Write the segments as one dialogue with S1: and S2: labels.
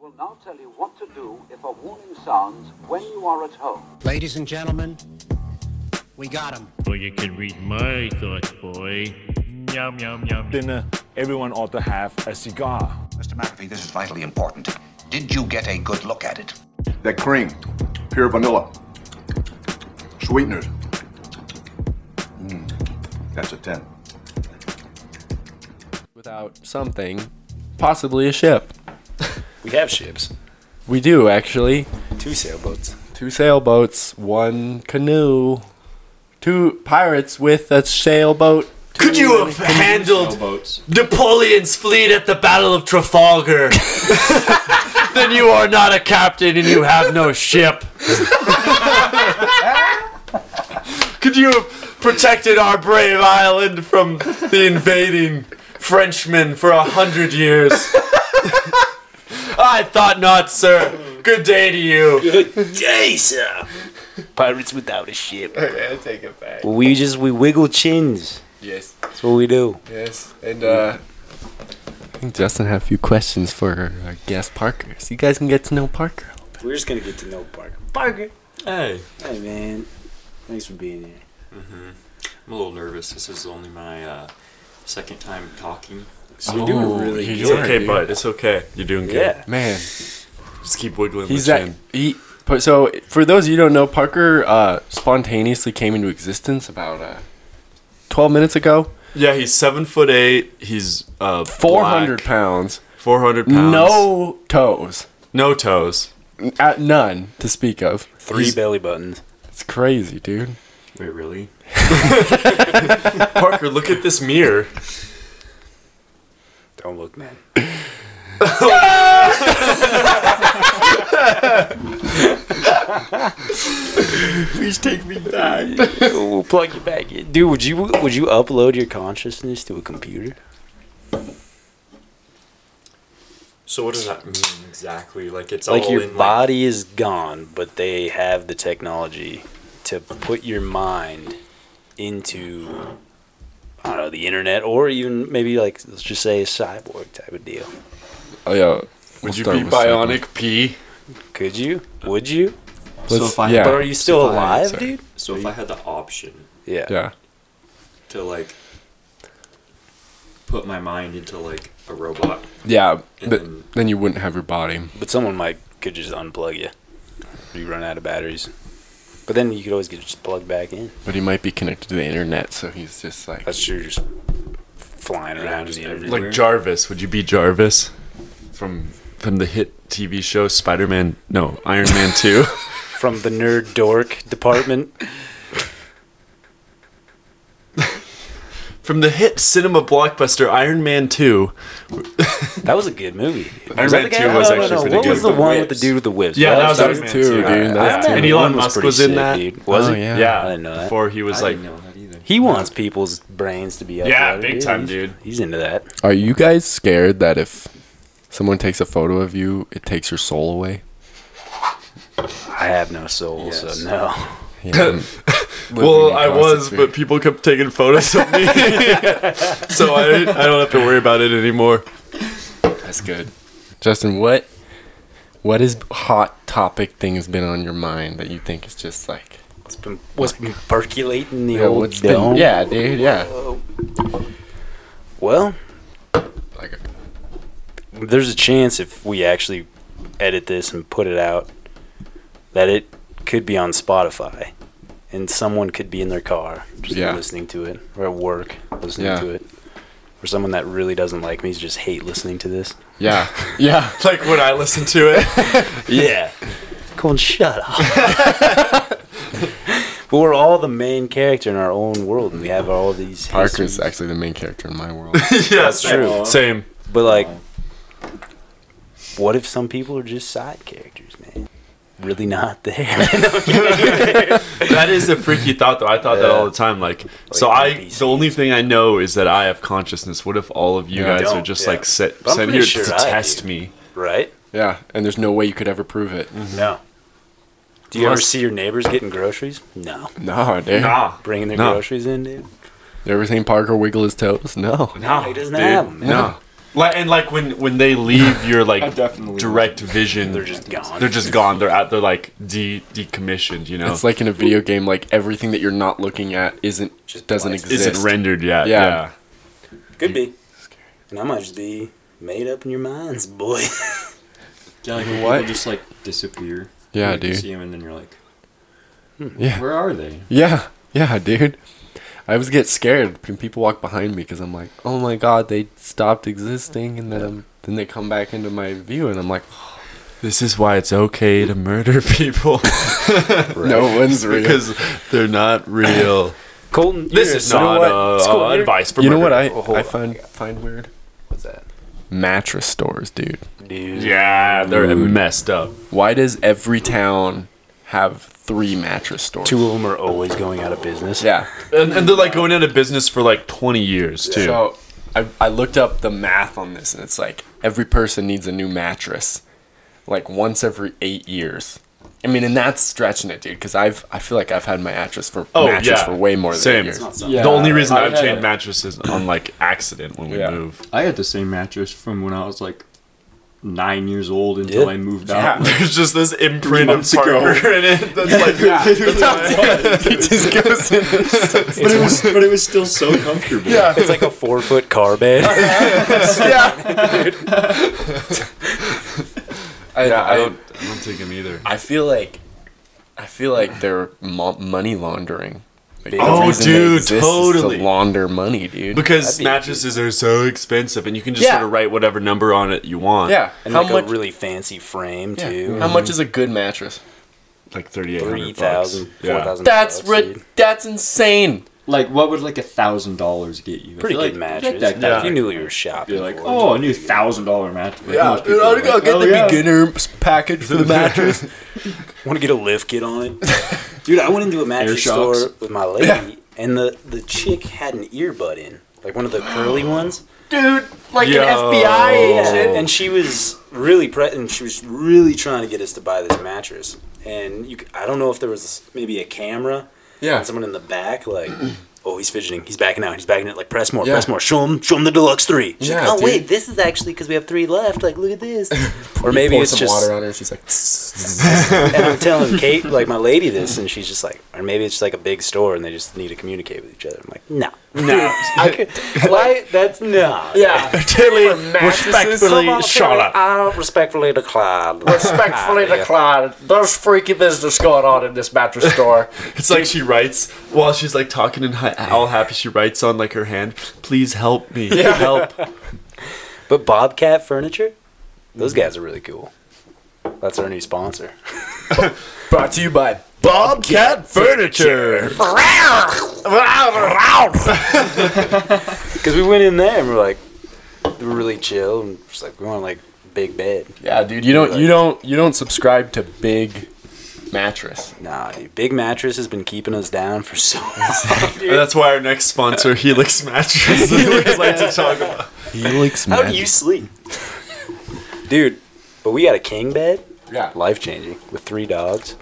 S1: will now tell you what to do if a warning sounds when you are at home.
S2: Ladies and gentlemen, we got him.
S3: Well, you can read my thoughts, boy. Yum, yum, yum.
S4: dinner, everyone ought to have a cigar.
S5: Mr. McAfee, this is vitally important. Did you get a good look at it?
S6: That cream, pure vanilla, sweeteners. Mm, that's a 10.
S7: without something, possibly a ship.
S8: We have ships.
S7: We do actually.
S8: Two sailboats.
S7: Two sailboats, one canoe, two pirates with a sailboat.
S8: Could you have handled Napoleon's fleet at the Battle of Trafalgar? then you are not a captain and you have no ship. Could you have protected our brave island from the invading Frenchmen for a hundred years? I thought not, sir. Good day to you.
S9: Pirates without a ship.
S10: I take it back.
S9: We just we wiggle chins.
S10: Yes,
S9: That's what we do.
S10: yes, and uh,
S7: I think Justin had a few questions for our guest Parker, so you guys can get to know Parker.
S9: We're just gonna get to know Parker. Parker.
S11: Hey,
S9: Hey Mm-hmm. man. Thanks for being here.
S11: I'm a little nervous. This is only my uh, second time talking. So
S7: You're doing really
S8: It's
S7: good,
S8: okay,
S7: dude.
S8: bud. It's okay. You're doing good.
S9: Oh. Yeah.
S7: Man,
S8: Just keep wiggling
S7: he's
S8: the
S7: that
S8: chin.
S7: he. but- So for those of you who don't know, Parker uh, spontaneously came into existence about uh, 12 minutes ago.
S8: Yeah, he's seven foot eight. He's uh,
S7: 400 pounds,
S8: Four hundred pounds.
S7: no toes,
S8: no toes.
S7: at none to speak of.
S9: Three
S7: He's-
S9: belly buttons.
S7: It's crazy, dude.
S11: Wait, really?
S8: Parker, look at this mirror.
S9: Don't look, man. Please take me back. we'll plug you back in. Dude, would you would you upload your consciousness to a computer?
S11: So what does that mean exactly? Like it's
S9: like
S11: all
S9: your
S11: in
S9: body is gone, but they have the technology to put your mind into I don't know the internet or even maybe like let's just say a cyborg type of deal.
S7: Oh yeah.
S8: Would you be bionic P?
S9: Could you? Would you?
S11: so if I
S7: yeah.
S9: But are you still
S7: Fine,
S9: alive,
S7: sorry.
S9: dude?
S11: Like, so if I had the option
S9: Yeah.
S7: Yeah.
S11: to like put my mind into like a robot,
S7: Yeah.
S11: then-
S7: But then you wouldn't have your body.
S9: But someone might could just unplug you. You run out of batteries. But then you could always get just plugged back in.
S7: But he might be connected to the internet, so he's just like
S9: That's true. Just flying around
S11: just
S9: in the
S11: everywhere.
S9: internet.
S8: Like Jarvis. Would you be Jarvis from from the hit TV show Spider Man? No, Iron Man Two.
S9: from the nerd dork department.
S8: from the hit cinema blockbuster Iron Man Two.
S9: That was a good movie.
S8: Iron Man Two was actually pretty
S9: what
S8: good.
S9: was the one with the dude with the whips?
S8: Yeah, that was
S7: That was
S8: Iron Man
S7: two,
S8: two,
S7: dude.
S8: yeah.
S7: That was
S8: Yeah.
S7: two.
S8: And Elon Musk was in that.
S9: Was
S7: Oh,
S9: it?
S7: yeah.
S8: Yeah,
S9: I didn't know that.
S8: Before he was
S11: I
S8: like,
S11: didn't know that either.
S9: He wants people's brains to be up.
S8: Yeah,
S9: there,
S8: big time,
S9: He's-
S8: dude.
S9: He's into that.
S7: Are you guys scared that if someone takes a photo of you, it takes your soul away?
S9: I have no soul,
S11: Yes.
S9: so no.
S8: well, I was, but people kept taking photos of me, so I, I don't have to worry about it anymore.
S7: that's good. Justin, what what is hot topic thing has been on your mind that you think is just like
S9: It's been what's been percolating the
S7: yeah,
S9: old
S7: what's been-
S9: dome.
S7: yeah, dude, yeah.
S9: Well,
S7: Like
S9: there's a chance if we actually edit this and put it out that it could be on Spotify and someone could be in their car just
S7: Yeah.
S9: listening to it or at work listening
S7: Yeah.
S9: to it or someone that really doesn't like me just hate listening to this
S7: yeah. Yeah.
S8: Like when I listen to it,
S9: yeah go and shut up but we're all the main character in our own world and we have all these
S7: Parker's
S9: histories.
S7: actually the main character in my world.
S8: yeah, that's
S9: true.
S8: Same.
S9: But like, what if some people are just side characters, man? Really not there.
S8: That is a freaky thought, though. I thought that all the time. Like, so
S9: Like,
S8: I.
S9: NPCs.
S8: The only thing I know is that I have consciousness. What if all of you
S7: Yeah.
S8: guys are
S9: Don't,
S8: just
S9: yeah.
S8: like set,
S9: I'm
S8: sent
S9: pretty
S8: here
S9: sure
S8: to
S9: I
S8: test
S9: do.
S8: me?
S9: right?
S7: yeah, and there's no way you could ever prove it.
S9: No. Do you ever
S8: Plus-
S9: see your neighbors getting groceries? No.
S7: Nah, dude.
S8: Nah,
S9: Bringing their
S8: No.
S9: groceries in, dude?
S7: You ever seen Parker wiggle his toes? No.
S8: no,
S9: He doesn't
S8: dude.
S9: have 'em, man.
S8: No, Like, and like when when they leave your like direct vision,
S9: They're just gone.
S8: They're just gone. They're out. They're like de decommissioned. You know,
S7: It's like in a video game, like everything that you're not looking at isn't just doesn't
S8: blinds.
S7: exist.
S8: Isn't rendered yet, yeah.
S9: Could be. And I might just be made up in your minds, boy.
S11: Yeah, like when people just like disappear.
S7: Yeah,
S11: like, You
S7: dude.
S11: see them and then you're like, hmm,
S7: Yeah.
S11: where are they?
S7: Yeah, yeah, dude. I always get scared when people walk behind me because I'm like, oh my god, they stopped existing, and then I'm, then they come back into my view, and I'm like,
S8: this is why it's okay to murder people.
S7: no one's real
S8: because they're not real.
S9: Colton,
S8: this
S7: you're-
S8: is
S7: you know
S8: not
S7: what?
S8: uh,
S7: It's cool.
S8: uh,
S7: You're-
S8: advice for
S7: you know
S8: murder.
S7: what I-
S8: Oh, hold
S7: I
S8: on.
S7: find find weird.
S10: What's that?
S7: mattress stores, dude.
S9: Dude.
S8: Yeah, they're messed up.
S7: Why does every town have three mattress stores?
S8: Two
S9: of them are always going out of business.
S7: Yeah.
S8: And, and they're like going out of business for like 20 years too.
S7: So I, I looked up the math on this, and it's like every person needs a new mattress, like once every eight years. I mean, and that's stretching it, dude. Because I've I feel like I've had my mattress for
S8: Oh,
S7: mattress
S8: yeah.
S7: for way more than
S8: Same.
S7: a year.
S8: The only reason
S7: I
S8: I've
S7: had-
S8: changed mattresses on like accident when we
S7: Yeah.
S8: move.
S11: I had the same mattress from when I was like nine years old until I moved out.
S8: Yeah. There's just this imprint of
S11: Months ago.
S8: Parker in it. That's like
S9: but it was
S11: but it was still so comfortable.
S9: Yeah. It's like a four foot car bed.
S7: I,
S8: yeah, I,
S7: I-
S8: don't, I don't take them either.
S7: I feel like I feel like they're mo- money laundering. Like, the
S8: Oh,
S7: reason they
S8: dude,
S7: exist is
S8: totally.
S7: to launder money, dude.
S8: Because mattresses are so expensive, and you can just
S7: Yeah.
S8: sort of write whatever number on it you want.
S7: Yeah.
S9: And
S7: How
S9: like
S7: much-
S9: a really fancy frame
S7: Yeah.
S9: too.
S7: How much is a good mattress?
S8: Like thirty eight
S9: Three thousand,
S11: Yeah.
S9: four thousand.
S7: That's ri- that's insane.
S11: Like, what would like a thousand dollars get you? I
S9: Pretty
S11: feel
S9: good
S11: like- I feel
S9: mattress.
S11: like that-
S9: If you knew what you were shopping
S11: Like,
S9: for.
S11: oh, a new thousand dollar mattress. Like, most people are
S7: I'll
S11: like, "Oh, yeah."
S7: beginner package for the mattress.
S9: Want to get a lift kit on it? Dude, I went into a mattress
S7: shocks.
S9: store with my lady, and the, the chick had an earbud in, like one of the curly ones.
S7: Dude, like
S9: an FBI agent. And she was really pre- and she was really trying to get us to buy this mattress. And you, c- I don't know if there was maybe a camera.
S7: Yeah.
S9: and someone in the back, like, oh, he's fidgeting. He's backing out. He's backing it. Like, press more,
S7: Yeah.
S9: press more. Show him, show him the deluxe three. She's like,
S7: Yeah,
S9: oh,
S7: dude.
S9: wait, this is actually because we have three left. Like, look at this. or
S7: You
S9: maybe
S7: pour
S9: it's
S7: some
S9: just
S7: water on her. She's like,
S9: and I'm telling Kate, like my lady, this, and she's just like, or maybe it's like a big store and they just need to communicate with each other. I'm like, no, no, I could, why? That's no.
S7: Yeah.
S9: Tilly,
S7: respectfully, shut up.
S11: Ah.
S9: I respectfully decline.
S12: Respectfully
S9: Ah, yeah.
S12: declined. There's freaky business going on in this mattress store.
S8: It's like she writes while she's like talking and hi- all happy. She writes on like her hand, "Please help me,
S9: Yeah.
S8: help."
S9: But Bobcat Furniture, those guys are really cool. That's our new sponsor.
S7: Brought to you by
S8: Bobcat Furniture.
S9: Because we went in there and we're like, we were really chill and just like we want like big bed.
S7: yeah, dude, you don't, you don't, you don't subscribe to big mattress.
S9: Nah, dude, Big Mattress has been keeping us down for so long.
S8: And that's why our next sponsor, Helix Mattress, we would like to talk about.
S7: Helix
S9: How do you sleep? Dude, but we got a king bed.
S7: Yeah.
S9: Life changing with three dogs.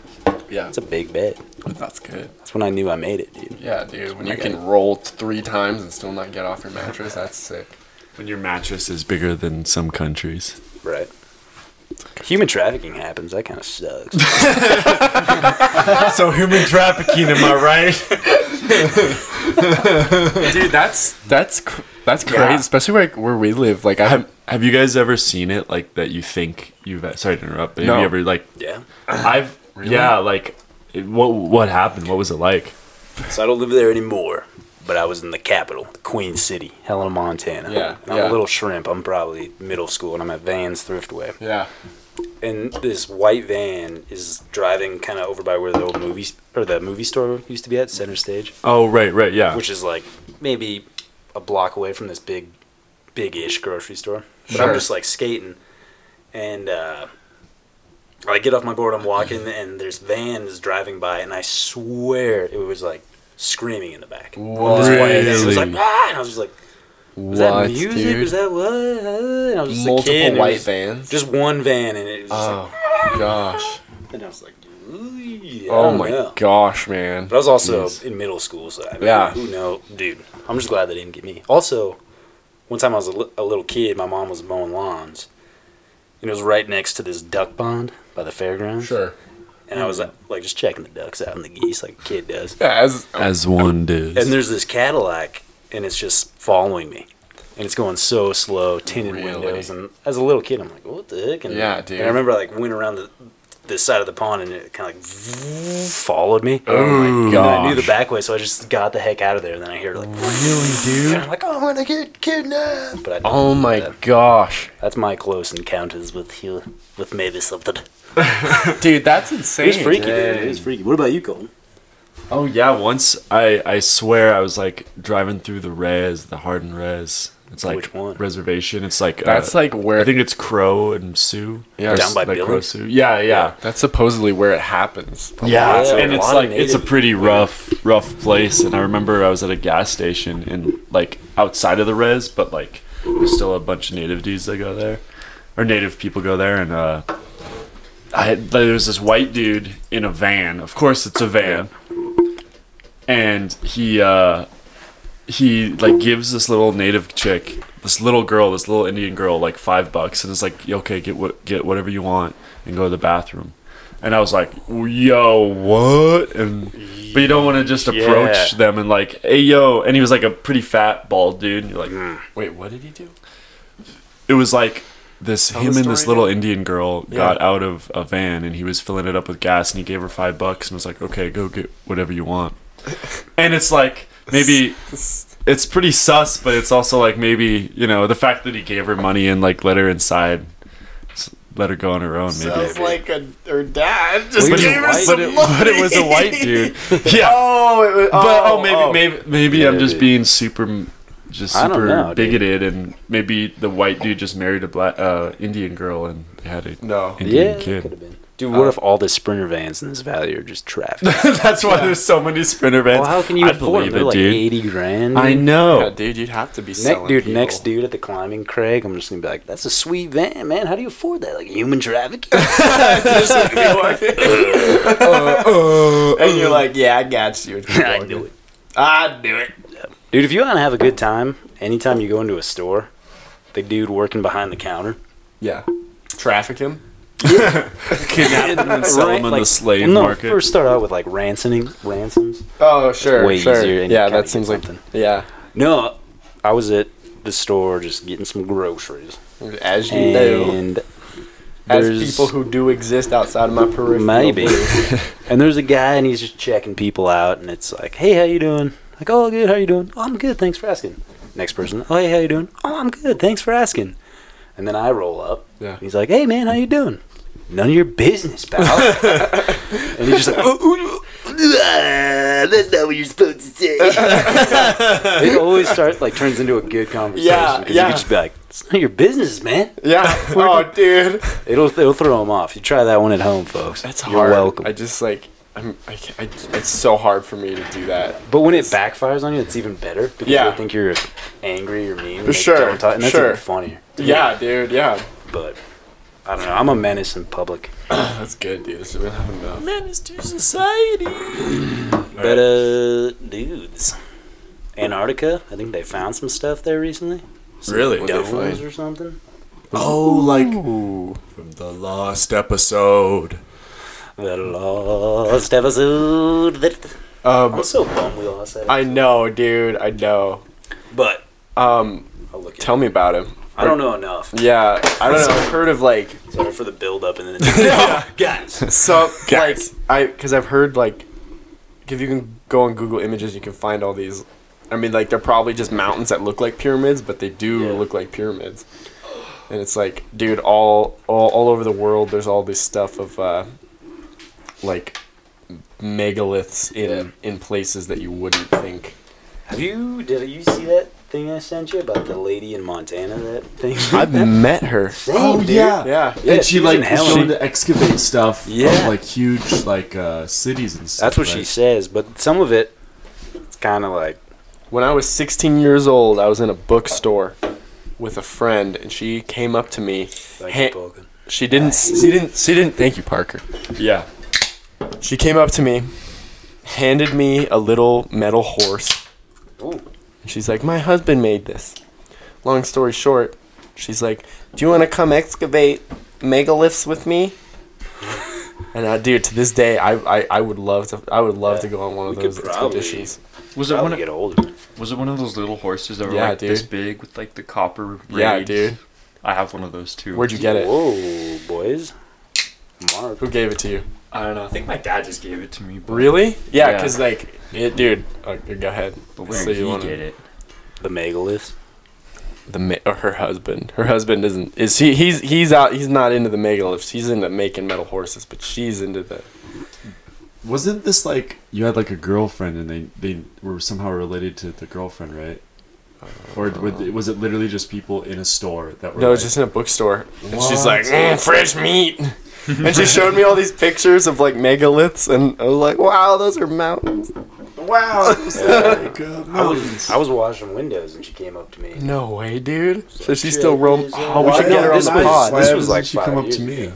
S7: Yeah.
S9: It's a big bed.
S7: That's good.
S9: That's when I knew I made it, dude.
S7: Yeah, dude. When you
S9: Okay.
S7: can roll three times and still not get off your mattress, that's sick.
S8: When your mattress is bigger than some countries.
S9: Right. Human trafficking happens. That kind of sucks.
S8: so human trafficking, am I right?
S7: Dude, that's that's cr- that's crazy,
S8: Yeah.
S7: especially like where we live. Like I have,
S8: have you guys ever seen it like that? You think you've sorry to interrupt, but have
S7: No.
S8: you ever like?
S9: Yeah.
S8: I've yeah like it- what what happened? What was it like?
S9: So I don't live there anymore, but I was in the capital, the Queen City, Helena, Montana.
S7: Yeah,
S9: And I'm
S7: yeah.
S9: a little shrimp. I'm probably middle school, and I'm at Vans Thriftway.
S7: Yeah.
S9: And this white van is driving kind of over by where the old movies or the movie store used to be at, Center Stage.
S8: Oh right right yeah.
S9: Which is like maybe a block away from this big, big ish grocery store. But
S8: Sure.
S9: I'm just like skating. And uh, I get off my board, I'm walking, and there's van is driving by, and I swear it was like screaming in the back. This white van. It was like,
S7: Really?
S9: ah! And I was just like, was
S7: What,
S9: that music?
S7: dude?
S9: Was that what? And I was just
S7: Multiple
S9: a kid, and it
S7: white
S9: was
S7: vans?
S9: Just one van, and it was just
S7: Oh gosh.
S9: like, and I was like, dude. I
S7: Oh
S9: don't
S7: my
S9: know.
S7: gosh, man.
S9: But I was also in middle school, so I mean,
S7: Yeah.
S9: who know, dude? I'm just glad they didn't get me. Also, one time I was a, li- a little kid, my mom was mowing lawns, and it was right next to this duck pond by the fairgrounds.
S7: Sure.
S9: And I was like, like just checking the ducks out and the geese, like a kid does.
S7: as oh
S13: As one does.
S9: And there's this Cadillac, and it's just following me, and it's going so slow, tinted windows. And as a little kid, I'm like, what the heck? And,
S7: Yeah, dude.
S9: And I remember I, like went around the the side of the pond, and it kind of like followed me.
S7: Oh my
S9: And then I
S7: gosh.
S9: knew the back way, so I just got the heck out of there. And then I heard like,
S7: Really, dude?
S9: And I'm like, oh, I'm gonna get kidnapped. But I didn't.
S8: Um,
S7: Oh my gosh,
S9: that's my close encounters with you, with maybe something.
S7: dude, that's
S9: It
S7: insane.
S9: was freaky, dude. It was freaky. What about you, Colton?
S8: Oh yeah, once I I swear I was like driving through the res, the hardened res. It's like
S9: Which one?
S8: reservation. It's like uh,
S7: That's like where-
S8: I think it's Crow and Sioux.
S7: Yeah, Down by
S8: like
S7: Billings?
S8: Crow Sioux. Yeah, yeah.
S7: That's supposedly where it happens.
S8: Yeah,
S7: Lots of-
S8: and it's like it's a pretty rough, rough place. And I remember I was at a gas station and like outside of the res, but like there's still a bunch of native dudes that go there, or native people go there. And uh, I had, there was this white dude in a van. Of course, it's a van, and he uh, he like gives this little native chick, this little girl, this little Indian girl, like five bucks, and is like, okay, get what get whatever you want, and go to the bathroom. And I was like, yo, what? And but you don't want to just approach
S7: Yeah.
S8: them and like, hey, yo. And he was like a pretty fat, bald dude. And you're like,
S7: Wait, what did he do?
S8: it was like this
S7: Tell
S8: him
S7: the
S8: and this
S7: story
S8: little Indian girl
S7: Yeah.
S8: got out of a van and he was filling it up with gas and he gave her five bucks and was like, okay, go get whatever you want. and it's like maybe it's pretty sus, but it's also like maybe you know the fact that he gave her money and like let her inside, s- let her go on her own. Maybe.
S12: Sounds like a, her dad just
S8: But it-
S12: gave her
S8: but
S12: some
S8: it-
S12: money.
S8: but it was a white dude. Yeah.
S12: Oh, it was, oh,
S8: but oh, maybe
S12: oh.
S8: maybe maybe I'm just
S12: Maybe.
S8: being super m- just
S12: I don't
S8: super
S12: know, dude.
S8: bigoted and maybe the white dude just married a black uh, Indian girl and they had a
S12: No.
S8: Indian
S9: Yeah, it
S8: kid.
S9: could've Dude, what
S8: Uh,
S9: if all the Sprinter vans in this valley are just trapped?
S8: That's why there's so many sprinter vans.
S9: Well, how can you
S8: I
S9: afford
S8: believe
S9: them? They're
S8: it,
S9: like
S8: dude.
S9: 80 grand.
S8: I know. Yeah,
S7: dude, you'd have to be
S9: next,
S7: selling
S9: dude.
S7: people.
S9: Next dude at the climbing, Craig. I'm just gonna be like, that's a sweet van, man. How do you afford that? Like human trafficking? Just like, be like,
S12: and you're like, yeah, I got you. I
S9: knew it.
S12: I knew it.
S9: dude, if you want to have a good time, anytime you go into a store, the dude working behind the counter.
S7: Yeah. Traffic him.
S8: Kidnap them and sell them in the slave
S9: no,
S8: market.
S9: First start out with like ransoming, ransoms.
S12: Oh, sure,
S9: way
S12: sure.
S9: easier. And
S12: Yeah,
S9: you
S12: that
S9: kinda
S12: seems
S9: get
S12: like-
S9: something.
S7: Yeah.
S9: No, I was at the store just getting some groceries.
S12: As you do.
S9: and
S12: As
S9: there's-
S12: people who do exist outside of my periphery.
S9: Maybe. and there's a guy, and he's just checking people out, and it's like, hey, how you doing? Like, oh, good, how you doing? Oh, I'm good, thanks for asking. Next person, oh, hey, how you doing? Oh, I'm good, thanks for asking. And then I roll up.
S12: Yeah.
S9: He's like, hey, man, how you doing? None of your business, pal. and he's just like, "Oh, oh, oh, that's not what you're supposed to say. it always starts like turns into a good conversation.
S12: Yeah,
S9: 'cause You
S12: yeah.
S9: can just be like, it's none of your business, man.
S12: Yeah. oh, dude.
S9: It'll it'll throw them off. You try that one at home, folks. That's You're
S7: hard.
S9: welcome.
S7: I just like I'm. I, can't- I, it's so hard for me to do that.
S9: But when it backfires on you, it's even better because
S7: Yeah.
S9: they think you're angry or mean.
S7: For
S9: Like,
S7: sure,
S9: Don't talk, and that's
S7: sure.
S9: even funnier.
S7: Yeah, dude. Yeah.
S9: But I don't know. I'm a menace in public.
S7: That's good, dude. That's enough.
S13: Menace to society.
S9: But uh, dudes, Antarctica. I think they found some stuff there recently. Some
S10: Really? What'd they
S9: Domes
S10: find?
S9: or something.
S10: Oh, like from the last episode.
S9: The lost episode. That
S7: Uh,
S12: Um,
S9: I'm so bummed we lost that.
S12: I know, dude. I know.
S9: But
S12: um,
S7: tell me about him.
S9: I don't know enough.
S7: Yeah, I don't know. I've heard of like
S9: Sorry for the build up and then the guys.
S7: so like I because I've heard like if you can go on Google Images, you can find all these. I mean, like they're probably just mountains that look like pyramids, but they do look like pyramids. And it's like, dude, all all, all over the world, there's all this stuff of uh, like megaliths in in places that you wouldn't think.
S9: Have you did you see that thing I sent you about the lady in Montana that thing?
S7: I've met her.
S9: Oh, dude. yeah.
S7: yeah,
S9: Yeah, she was in hell. She-
S8: to excavate stuff
S9: Yeah.
S8: like huge like uh, cities and
S9: That's what she says, but some of it it's kind of like
S7: When I was 16 years old, I was in a bookstore with a friend, and she came up to me. ha- she didn't. She didn't. She didn't. Thank you, Parker.
S8: Yeah.
S7: She came up to me, handed me a little metal horse. And she's like, "My husband made this." long story short, she's like, "Do you want to come excavate megaliths with me?" And uh, dude, to this day, I, I, I would love to I would love to go on one of those expeditions.
S11: Was it one get older? Was it one of those little horses that were
S7: Yeah,
S11: like this
S7: dude.
S11: big with like the copper braids?
S7: Yeah, dude.
S11: I have one of those too.
S7: Where'd you get it?
S9: Whoa, boys! Mark.
S7: Who gave it to you?
S11: I don't know. I think my dad just gave it to me. but-
S7: Really? Yeah, because like, it, dude. uh, go ahead.
S11: But where
S7: So
S11: did
S7: you
S11: he
S7: wanna-
S11: get it?
S9: The megaliths.
S7: the ma- or her husband. Her husband isn't. Is he? He's he's out. He's not into the megaliths. He's into making metal horses, but she's into the.
S8: Wasn't this like you had like a girlfriend and they they were somehow related to the girlfriend, right? Or would- was it literally just people in a store that were?
S7: No, it was
S8: like-
S7: just in a bookstore. And she's
S8: What?
S7: like, mm, fresh meat. and she showed me all these pictures of like megaliths, and I was like, wow, those are mountains.
S9: Wow.
S7: God,
S9: I, was, I was washing windows and she came up to me.
S7: No way, dude. So she's
S9: Yeah,
S7: still roam.
S9: she's, uh,
S7: Oh, we
S9: why
S7: should get
S9: not?
S7: her on
S9: This
S7: the
S9: was-
S7: pod.
S9: this Why was doesn't like she come five up to years
S7: me.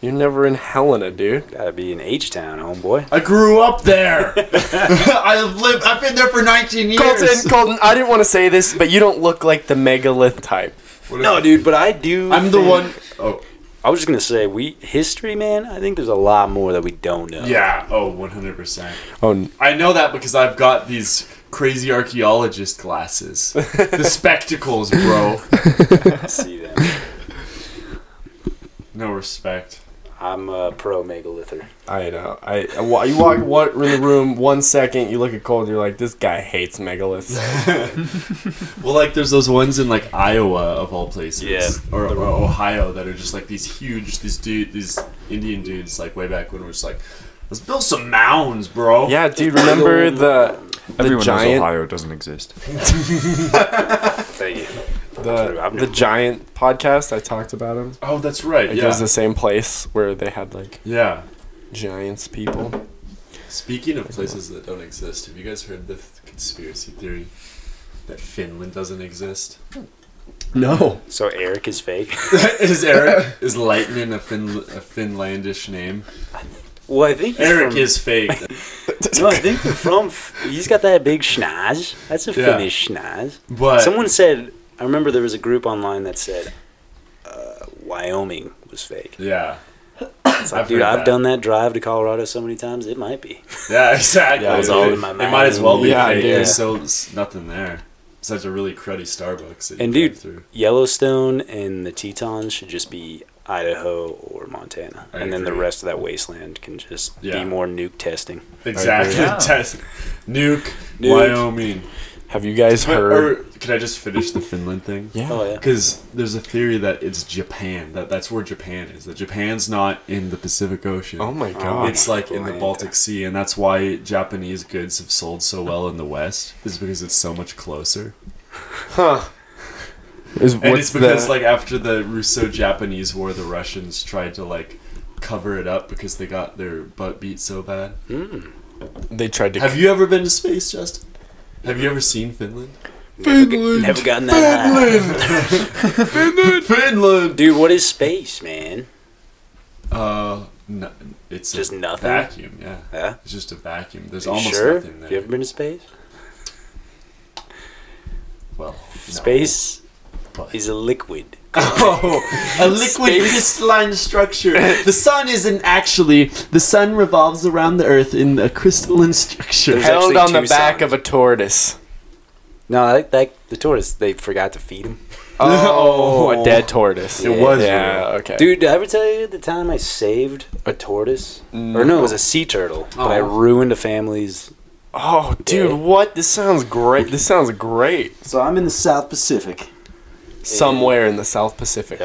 S7: You're never in Helena, dude.
S9: Gotta be in H Town, homeboy.
S8: I grew up there.
S7: I've lived. I've been there for 19 years. Colton, Colton, I didn't want to say this, but you don't look like the megalith type.
S9: No, dude, but I do.
S7: I'm the one-
S9: Oh. I was just gonna say we history, man. I think there's a lot more that we don't know.
S8: Yeah. Oh, one hundred percent.
S7: Oh, n-
S8: I know that because I've got these crazy archaeologist glasses, the spectacles, bro.
S9: See them.
S8: No respect.
S9: I'm a pro megalither.
S7: I know. I I wa- you walk what in the room one second, you look at Colton, you're like, this guy hates megaliths.
S8: Well, like there's those ones in like Iowa of all places,
S7: Yeah.
S8: or, or Ohio that are just like these huge, these dude, these Indian dudes, like way back when, were just like, let's build some mounds, bro.
S7: yeah, dude. Remember the the
S8: Everyone knows
S7: giant
S8: Ohio doesn't exist.
S9: Thank you.
S7: uh, the the giant podcast I talked about him.
S8: Oh, that's right.
S7: Like,
S8: yeah.
S7: It was the same place where they had like
S8: Yeah.
S7: giants people.
S8: Speaking of places that don't exist, have you guys heard the th- conspiracy theory that Finland doesn't exist?
S7: No.
S9: So Eric is fake.
S8: is Eric is Lightning a, fin- a Finlandish name?
S9: Well, I think he's
S8: Eric
S9: from-
S8: is fake.
S9: no, I think they're from. F- He's got that big schnoz. That's a
S8: Yeah.
S9: Finnish schnoz.
S8: But-
S9: someone said, I remember there was a group online that said uh, Wyoming was fake.
S8: Yeah.
S9: It's like,
S8: I've
S9: dude,
S8: heard
S9: I've
S8: that.
S9: done that drive to Colorado so many times. It might be.
S8: Yeah, exactly.
S9: that was all in my
S8: It
S9: mind.
S8: might as well be
S9: Yeah,
S8: fake.
S9: dude.
S8: There's so s- nothing there. Such a really cruddy Starbucks. That you
S9: And
S8: drive
S9: dude,
S8: through.
S9: Yellowstone and the Tetons should just be Idaho or Montana,
S8: I
S9: and then the
S8: agree.
S9: rest of that wasteland can just
S8: Yeah.
S9: be more nuke testing.
S8: Exactly.
S9: Yeah.
S8: Test- Nuke,
S9: Nuke.
S8: Wyoming.
S7: Have you guys
S8: But-
S7: heard-
S8: Or, can I just finish the Finland thing?
S7: Yeah. Oh, yeah.
S8: Because there's a theory that it's Japan. That that's where Japan is. That Japan's not in the Pacific Ocean. Oh my
S7: God.
S8: It's like in the Baltic Sea, and that's why Japanese goods have sold so well in the West. Is because it's so much closer.
S7: Huh. Is-
S8: and
S7: what's
S8: it's because
S7: the-
S8: like after the Russo-Japanese War, the Russians tried to like cover it up because they got their butt beat so bad.
S7: They tried to.
S8: Have you ever been to space, Justin? Have you ever seen Finland?
S9: Finland. Never gotten that high.
S8: Finland. Finland.
S9: Dude, what is space, man?
S8: Uh, no, it's
S9: Just
S8: a
S9: nothing?
S8: Vacuum, yeah.
S9: Yeah?
S8: It's just a vacuum. There's
S9: You
S8: almost
S9: sure?
S8: nothing there.
S9: You ever been to space?
S8: Well,
S9: space is a liquid.
S8: Oh, a liquid
S9: Space.
S8: crystalline structure. The sun isn't actually. The sun revolves around the Earth in a crystalline structure.
S7: Held on the back of a tortoise.
S9: No, that, that the tortoise they forgot to feed him.
S7: Oh, a dead tortoise.
S9: Yeah.
S7: Yeah. Okay.
S9: Dude, did I ever tell you the time I saved a tortoise? Or no, it was a sea turtle. But I
S7: Oh.
S9: ruined a family's.
S7: Oh, dude, what? This sounds great. This sounds great.
S9: So I'm in the South Pacific.
S7: Somewhere in the South Pacific.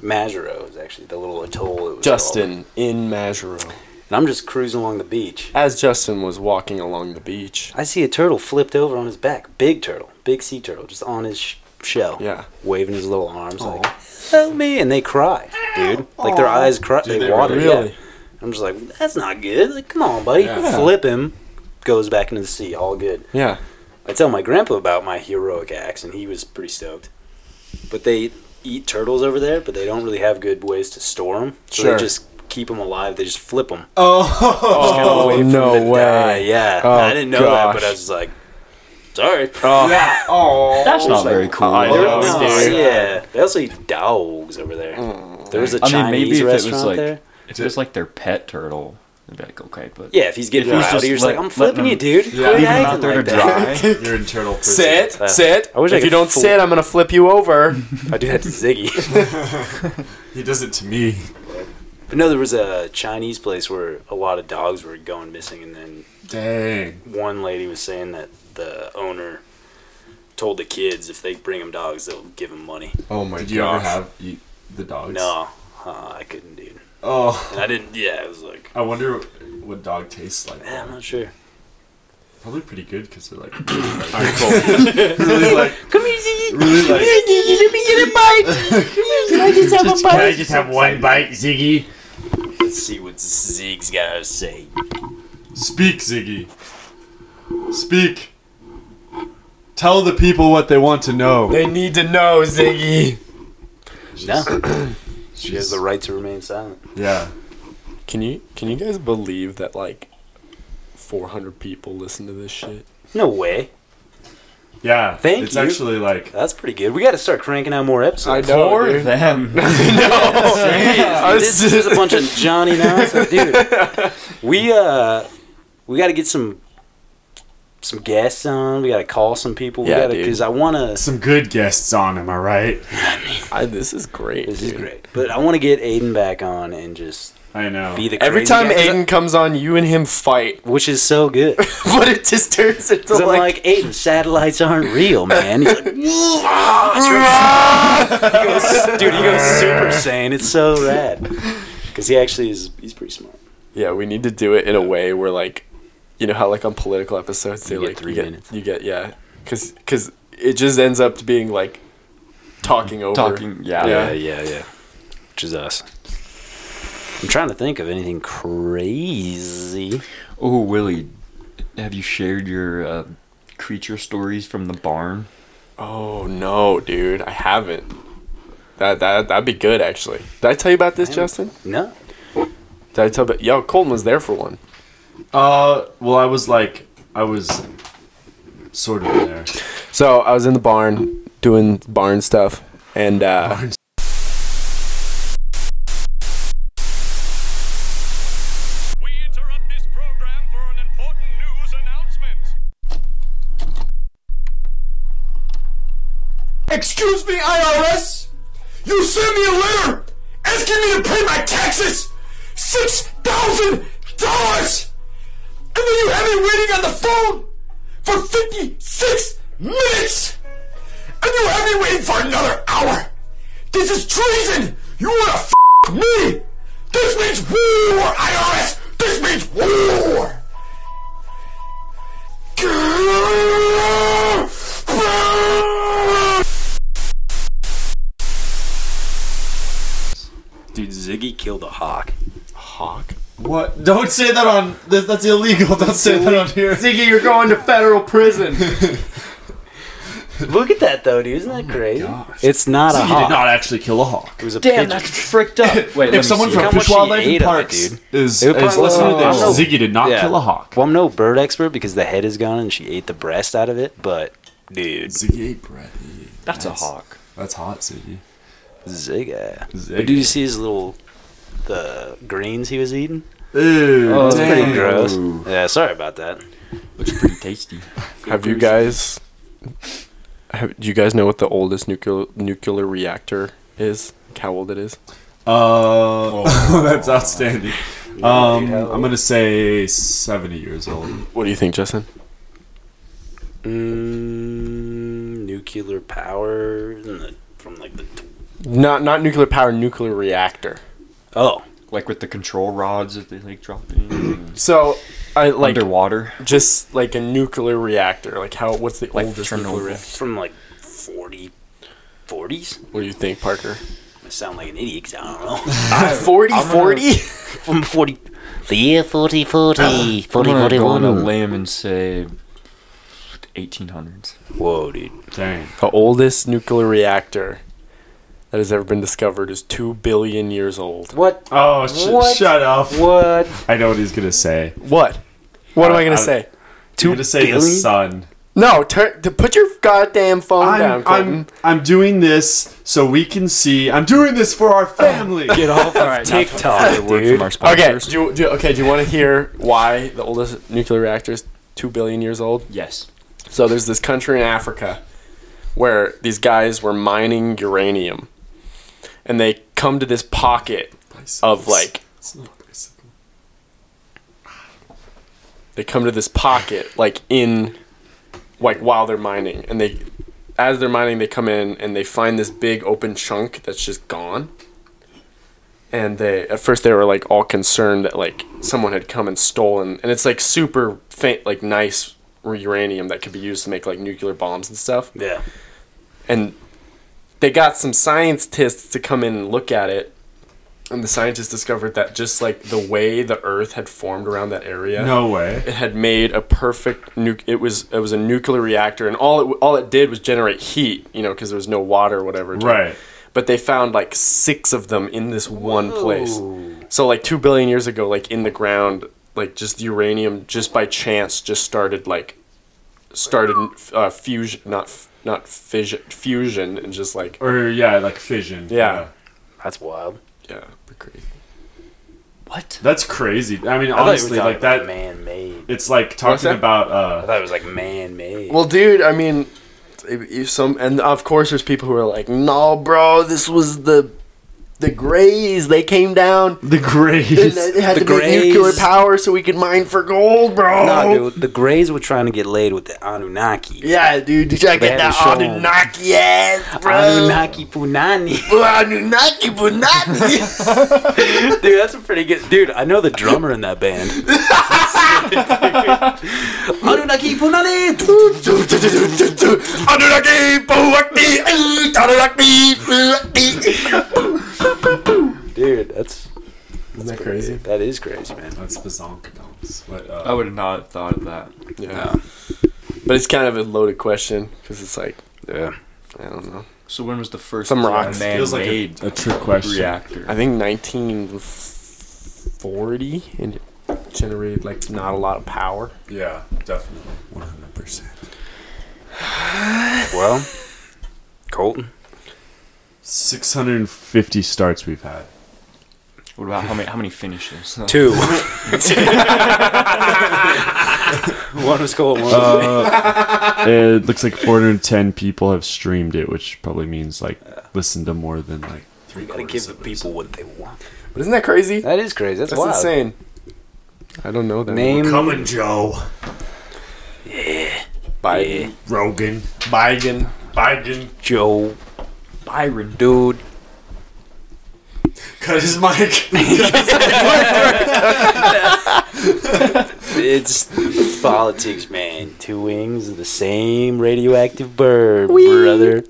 S9: Majuro is actually the little atoll. It was
S7: Justin in Majuro.
S9: And I'm just cruising along the beach.
S7: As Justin was walking along the beach.
S9: I see a turtle flipped over on his back. Big turtle, big sea turtle, just on his sh- shell. Yeah. Waving his little arms like, help me. And they cry, dude. Like their
S12: Aw.
S9: eyes cry.
S12: Do
S9: they,
S12: they
S9: water.
S12: really?
S9: Yeah. I'm just like, that's not good. Like, come on, buddy.
S12: Yeah.
S9: Flip him. Goes back into the sea. All good.
S7: Yeah.
S9: I tell my grandpa about my heroic acts, and he was pretty stoked. But they eat turtles over there, but they don't really have good ways to store them. So
S7: Sure.
S9: they just keep them alive. They just flip them.
S8: Oh,
S9: wait for
S7: no way.
S9: yeah,
S7: Oh,
S9: I didn't know that, but I
S7: gosh.
S9: was like, Sorry.
S8: Oh. Yeah.
S9: Oh,
S8: That's not very cool. I know, dude.
S9: yeah, they also eat dogs over there. There was a Chinese restaurant
S8: like
S9: there.
S8: if it was like their pet turtle, it'd be like okay, but
S9: Yeah, if he's getting rowdy,
S8: just
S9: you're just like,
S8: let-
S9: "I'm
S8: let
S9: flipping
S8: them-
S9: you, dude.
S8: Yeah,
S9: Quit
S8: leave him
S9: acting
S8: out there
S9: like
S8: to
S9: that."
S8: dry.
S11: You're in turtle prison.
S7: Sit,
S9: Uh,
S7: sit.
S9: I wish I
S7: if
S9: could
S7: you don't
S9: full-
S7: sit, I'm gonna flip you over.
S9: I do that to Ziggy.
S11: he does it to me.
S9: But no, there was a Chinese place where a lot of dogs were going missing, and then
S8: Dang.
S9: one lady was saying that the owner told the kids if they bring them dogs, they'll give them money.
S7: Oh my
S11: Did you ever
S7: gosh.
S11: have eat the dogs?
S9: No, uh, I couldn't, dude.
S11: Oh.
S9: and I didn't. Yeah, it was like
S11: I wonder what dog tastes like.
S9: Yeah, I'm not sure.
S11: Probably pretty good because they're like.
S9: Really,
S11: really like.
S9: Come here, Ziggy.
S11: Really like.
S9: Let me get a bite. Can I just have a
S3: Can I
S9: bite?
S3: just have one bite, Ziggy?
S9: Let's see what Zig's got to say.
S11: Speak, Ziggy. Speak. Tell the people what they want to know.
S7: They need to know, Ziggy.
S9: No, she has the right to remain silent.
S11: Yeah.
S7: Can you can you guys believe that like 400 people listen to this shit?
S9: No way.
S11: Yeah.
S9: Thank
S11: it's
S9: you.
S11: actually like
S9: that's pretty good. We got to start cranking out more episodes.
S11: I know, Poor dude. them.
S9: no, this is a bunch of Johnny nonsense, dude. We uh, we got to get some some guests on. We got to call some people. We
S11: Yeah,
S9: gotta,
S11: dude.
S9: Because I want to.
S11: Some good guests on, am I right?
S7: I, this is great.
S9: This is great. But I want to get Aiden back on and just.
S11: I know.
S9: Be the
S7: Every
S9: crazy
S7: time
S9: guy. 'Cause I-
S7: Aiden comes on, you and him fight,
S9: which is so good.
S7: but it just turns into
S9: Because I'm
S7: like,
S9: like, Aiden, satellites aren't real, man. He's like, dude, he goes super saiyan. It's so rad. Because he actually is, he's pretty smart.
S7: yeah, we need to do it in a way where like, you know how like on political episodes they like three you get, minutes. You get yeah, because because it just ends up being like talking over
S8: Talking, yeah.
S9: Yeah, yeah, yeah. Which is us. I'm trying to think of anything crazy.
S8: Oh, Willie, have you shared your uh, creature stories from the barn?
S7: Oh no, dude, I haven't. That that that'd be good actually. Did I tell you about this, Justin?
S9: No.
S7: Did I tell about yo? Colton was there for one.
S11: Uh, well, I was like, I was sort of there.
S7: So I was in the barn doing barn stuff, and uh,
S6: Excuse me, IRS? You sent me a letter asking me to pay my taxes! Six thousand dollars! And then you had me waiting on the phone for fifty-six minutes! And you had me waiting for another hour! This is treason! You wanna f me! This means war, IRS! This means war!
S9: Dude, Ziggy killed a hawk. Hawk?
S11: What? Don't say that on. This, that's illegal. Don't say that on here.
S7: Ziggy, you're going to federal prison.
S9: Look at that, though, dude. Isn't
S11: Oh
S9: that crazy? It's not a
S11: Ziggy
S9: hawk.
S11: did not actually kill a hawk.
S9: It was a
S11: Damn,
S9: pigeon.
S11: that's
S9: fricked up.
S11: Wait, if someone from Fish Wildlife and Parks is, is listening to this, Ziggy did not kill a hawk.
S9: Well, I'm no bird expert because the head is gone and she ate the breast out of it, but dude.
S11: Ziggy ate breast.
S9: That's a hawk.
S11: That's hot, Ziggy.
S9: Ziggy.
S11: Ziggy.
S9: But do you see his little the greens he was eating?
S11: Ew,
S9: that's pretty
S11: dang.
S9: gross. Oh, Yeah, sorry about that.
S8: Looks pretty tasty.
S7: have you guys? Have, do you guys know what the oldest nuclear nuclear reactor is? Like how old it is?
S11: Uh, that's outstanding. Um, I'm gonna say 70 years old.
S7: What do you think, Justin?
S9: Mm, nuclear power in the, from like the
S7: Not not nuclear power, nuclear reactor.
S9: Oh,
S8: like with the control rods that they like drop in.
S7: So I like
S8: underwater.
S7: Just like a nuclear reactor. Like how? What's the
S8: Like
S7: oldest
S8: Chernobyl.
S7: nuclear reactor?
S9: from like 40 40s.
S7: What do you think, Parker?
S9: I sound like an idiot 'cause I don't know.
S7: Uh, 40,
S9: I'm gonna-
S7: 40?
S9: From 40. The year 4040.
S8: I'm gonna go on a
S9: 4041.
S8: limb and say 1800s.
S9: Whoa, dude!
S11: Dang.
S7: The oldest nuclear reactor that has ever been discovered is two billion years old.
S9: What?
S11: Oh, sh-
S7: What?
S11: shut up.
S9: What?
S11: I know what he's gonna say.
S7: What? What am I gonna say?
S11: Two Uh, gonna say the
S7: billion?
S11: sun.
S7: No, turn to put your goddamn phone down,
S8: I'm,
S7: Colton.
S8: I'm, I'm doing this so we can see. I'm doing this for
S9: Oh,
S8: our family.
S7: Get off of TikTok,
S8: dude.
S7: Okay, do you, do, okay, do you want to hear why the oldest nuclear reactor is two billion years old?
S9: Yes.
S7: So there's this country in Africa where these guys were mining uranium, and they come to this pocket of like they come to this pocket like in like while they're mining and they as they're mining they come in and they find this big open chunk that's just gone and they at first they were like all concerned that like someone had come and stolen and it's like super faint like nice uranium that could be used to make like nuclear bombs and stuff
S9: yeah
S7: and they got some scientists to come in and look at it and the scientists discovered that just like the way the earth had formed around that area
S8: No way.
S7: it had made a perfect nuke it was it was a nuclear reactor and all it all it did was generate heat you know because there was no water or whatever to it.
S8: Right.
S7: but they found like six of them in this one place so like two billion years ago like in the ground like just uranium just by chance just started like started uh, fusion not f- not fission fusion and just like
S8: Or, yeah, like fission.
S7: yeah
S9: that's wild
S7: yeah crazy
S9: What?
S8: That's crazy. I mean,
S9: I thought you were
S8: honestly,
S9: talking
S8: like that.
S9: Man made.
S8: It's like
S7: What's
S8: talking
S7: that?
S8: about. Uh,
S9: I thought it was like man made.
S7: Well, dude, I mean, if if some and of course there's people who are like, "No, bro, this was the the Greys. They came down.
S8: The Greys.
S7: They, they had
S9: The
S7: to make nuclear
S9: Greys.
S7: power so we could mine for gold, bro."
S9: Nah, dude, the Greys were trying to get laid with the Anunnaki.
S7: Yeah, dude, did I
S9: They
S7: get
S9: had
S7: that
S9: to show 'em.
S7: Anunnaki ass, bro?
S9: Anunnaki punani.
S7: Anunnaki punani.
S9: dude, that's a pretty good dude. I know the drummer in that band. Anunnaki punani.
S14: Anunnaki, Puaki, Anunnaki, Puaki.
S9: Dude, that's
S7: Isn't that crazy?
S9: That is crazy, man.
S8: That's bazonkadonks. What? Uh,
S15: I would not have thought of that.
S7: Yeah. But it's kind of a loaded question because it's like,
S9: yeah,
S7: I don't know.
S15: So when was the first
S7: Some rocks.
S15: man
S7: Feels like a-
S15: made
S8: a trick question.
S15: reactor?
S7: I think 1940 and it generated like not a lot of power.
S8: Yeah, definitely. 100%.
S9: Well, Colton.
S8: 650 starts we've had.
S15: What about how many how many finishes?
S9: Two. one was Colton. One was
S8: Uh,
S9: Ah.
S8: it looks like 410 people have streamed it, which probably means like listened to more than like.
S9: me. You gotta give the people what they want.
S7: But isn't that crazy?
S9: That is crazy. That's,
S7: That's
S9: wild.
S7: insane. I don't know that.
S9: Name
S8: Coming, Joe.
S7: Biden.
S8: Rogan.
S7: Biden.
S8: Biden.
S9: Joe
S15: Byron.
S9: Dude.
S8: Cut his mic.
S9: It's politics, man. Two wings of the same radioactive bird, brother.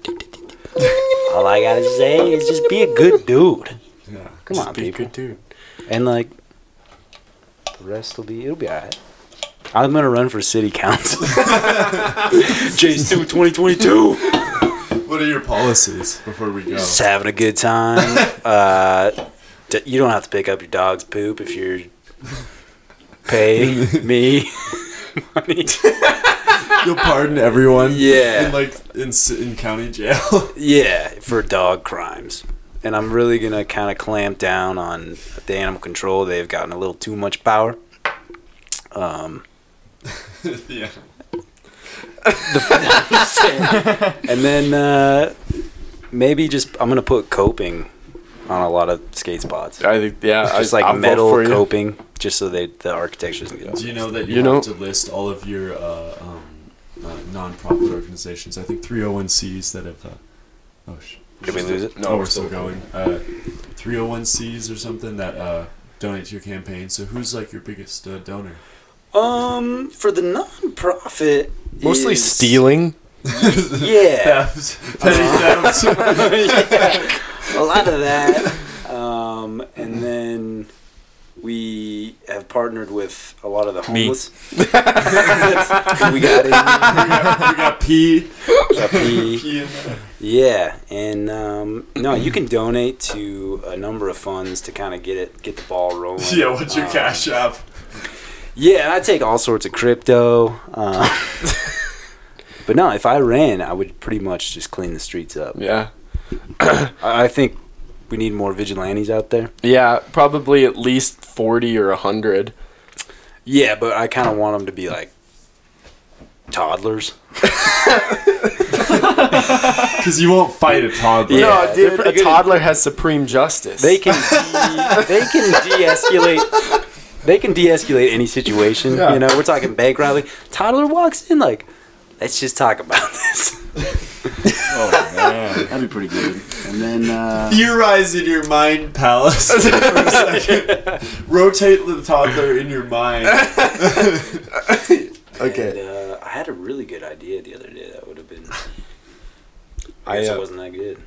S9: All I gotta say is just be a good dude.
S8: Yeah.
S9: Come on, people.
S7: dude.
S9: And like the rest will be it'll be alright. I'm gonna run for city council. Jason 2022.
S8: What are your policies before we go?
S9: Just having a good time. Uh, d- you don't have to pick up your dog's poop if you're paying me money.
S8: You'll pardon everyone.
S9: Yeah.
S8: In like in s- in county jail.
S9: Yeah, for dog crimes. And I'm really going to kind of clamp down on the animal control. They've gotten a little too much power. Um,
S8: yeah.
S9: and then uh, maybe just, I'm going to put coping on a lot of skate spots.
S7: I think yeah, I-
S9: just like
S7: I'll vote
S9: metal
S7: for you.
S9: coping, just so they, the architecture doesn't get
S8: Do you know that you,
S7: You
S8: have
S7: know-
S8: to list all of your uh, um, uh, non-profit organizations? I think 301Cs that have. Uh, oh, sh-
S9: Did we lose it?
S8: No, we're still going. Uh, 301Cs or something that uh, donate to your campaign. So who's like your biggest uh, donor?
S9: Um, for the non-profit,
S7: Mostly
S9: is-
S7: stealing.
S9: Yeah,
S8: Petty
S9: Yeah, a lot of that. Um, and then we have partnered with a lot of the
S15: Me.
S9: homeless. we got in.
S8: we got P.
S9: got P.
S8: P in there.
S9: Yeah, and um, no, you can donate to a number of funds to kind of get it, get the ball rolling.
S8: Yeah, what's your
S9: Um,
S8: cash app?
S9: Yeah, I take all sorts of crypto. Uh, But no, if I ran, I would pretty much just clean the streets up.
S7: Yeah.
S9: I I think we need more vigilantes out there.
S7: Yeah, probably at least 40 or 100.
S9: Yeah, but I kind of want them to be like toddlers.
S8: Because you won't fight a toddler.
S7: No, dude, a toddler has supreme justice.
S9: They can they can de-escalate. They can de-escalate any situation.
S7: Yeah.
S9: You know, we're talking bank robbery. Toddler walks in like, let's just talk about this.
S6: Oh man, that'd be pretty good. And then uh,
S8: Theorize in your mind palace for a second. Rotate the toddler in your mind.
S9: okay. uh, I had a really good idea the other day. That would have been. I guess
S7: I, uh,
S9: it wasn't that good.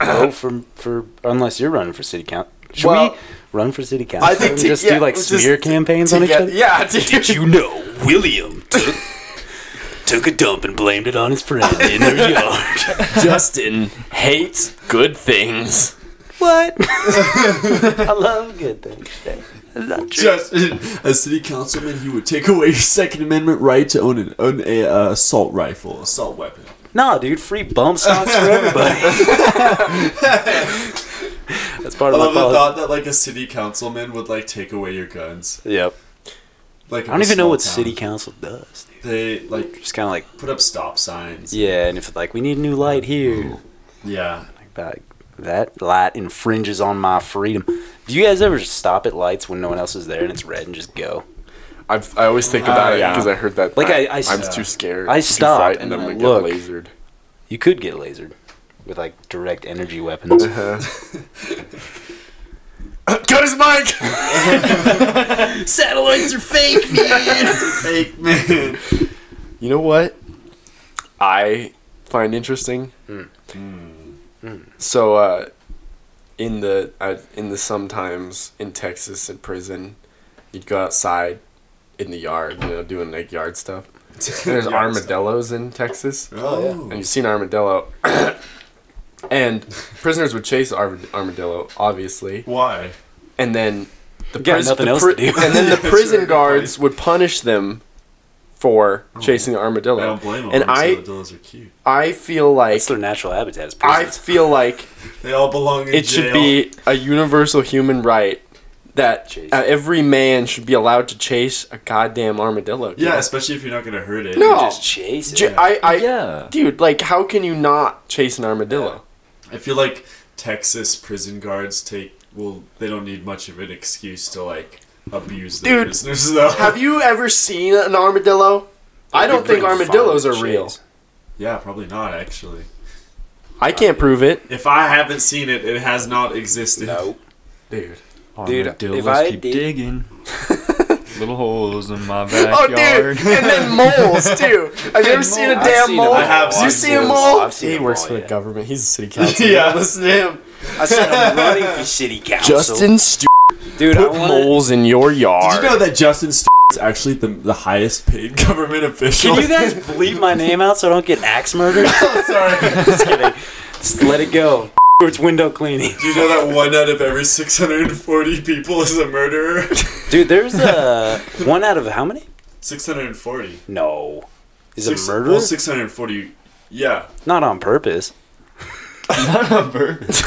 S9: No, for for unless you're running for city council. Should
S7: Well-
S9: we run for city council?
S7: I think
S9: and
S7: to-
S9: just
S7: yeah,
S9: do like
S7: just
S9: smear campaigns
S7: to
S9: on each
S7: get-
S9: other.
S7: yeah, to-
S9: Did you know William took took a dump and blamed it on his friend in their yard?
S7: Justin hates good things.
S9: What? I love good things.
S8: Just as city councilman, he would take away your Second Amendment right to own an, own a uh, assault rifle, assault weapon.
S9: Nah, dude, free bump stocks for everybody. That's part of
S8: I
S9: my
S8: love the
S9: policy.
S8: thought that like a city councilman would like take away your guns.
S9: Yep.
S8: Like
S9: I don't
S8: in a
S9: even know
S8: small
S9: what
S8: town.
S9: city council does. Dude.
S8: They like just
S9: kind of like
S8: put up stop signs.
S9: Yeah, and if like we need a new light here,
S7: Mm.
S8: yeah,
S9: like that that light infringes on my freedom. Do you guys ever stop at lights when no one else is there and it's red and just go?
S7: I've, I always think about it because I heard that.
S9: Uh, Like I, I,
S7: am
S9: s-
S7: too scared.
S9: I
S7: too
S9: stop
S7: frightened,
S9: and
S7: I'm
S9: I
S7: gonna
S9: look.
S7: get lasered.
S9: You could get lasered with like direct energy weapons.
S7: Uh-huh. Cut his mic.
S16: Satellites are fake, man.
S8: fake, man.
S7: You know what? I find interesting.
S17: Hmm.
S7: Hmm. So, uh, in the I, in the sometimes in Texas in prison, you'd go outside in the yard, you know, doing like yard stuff. There's
S17: Yard
S7: armadillos in Texas.
S17: Oh, yeah.
S7: And you see an armadillo, and prisoners would chase ar- armadillo, obviously.
S8: Why?
S7: And then the,
S9: Got
S7: pris-
S9: nothing
S7: the
S9: else
S7: pri-
S9: to do.
S7: and then
S9: Yeah,
S7: the
S9: sure,
S7: prison
S9: everybody.
S7: guards would punish them for chasing the armadillo.
S8: I don't blame them.
S7: And I,
S8: armadillos are cute.
S7: I feel like it's
S9: their natural habitat.
S7: I feel like
S8: They all belong in
S7: it should be a universal human right that uh, every man should be allowed to chase a goddamn armadillo. dude.
S8: Yeah, especially if you're not gonna hurt it.
S7: no,
S9: chase
S7: Ju- I, I, dude, like, how can you not chase an armadillo?
S8: I feel like Texas prison guards take well, they don't need much of an excuse to like abuse their
S7: Dude,
S8: prisoners though.
S7: have you ever seen an armadillo? I
S8: They're
S7: don't think
S8: pretty
S7: armadillos are
S8: violent
S7: real.
S8: shades. Yeah, probably not actually.
S7: I can't prove it.
S8: If I haven't seen it, it has not existed. No,
S7: dude.
S17: Dude, if I keep digging little holes in my
S7: Oh,
S17: backyard.
S7: dude, and then moles too. Have you ever seen a
S17: moles. I've
S7: damn
S17: seen
S7: mole?
S17: them. I have
S7: You
S17: seen
S7: see a
S17: them.
S7: mole?
S17: I've seen
S7: he
S17: them
S7: works
S17: all,
S7: for the government. He's a city council.
S17: Yeah.
S7: listen to him.
S9: I said I'm running for city council.
S7: Justin Stu-
S9: Dude, I
S7: put
S9: wanna-
S7: moles in your yard.
S8: Did you know that Justin St- is actually the, the highest paid government official?
S9: Can you guys bleep my name out so I don't get axe murdered? sorry. Just kidding. Just let it go. It's window cleaning.
S8: Do you know that one out of every 640 people is a murderer?
S9: Dude, there's
S7: uh,
S9: a one out of how many?
S8: 640.
S9: No. Is it
S8: Six-
S9: murder?
S8: Well, 640. Yeah.
S9: Not on purpose. Not on purpose.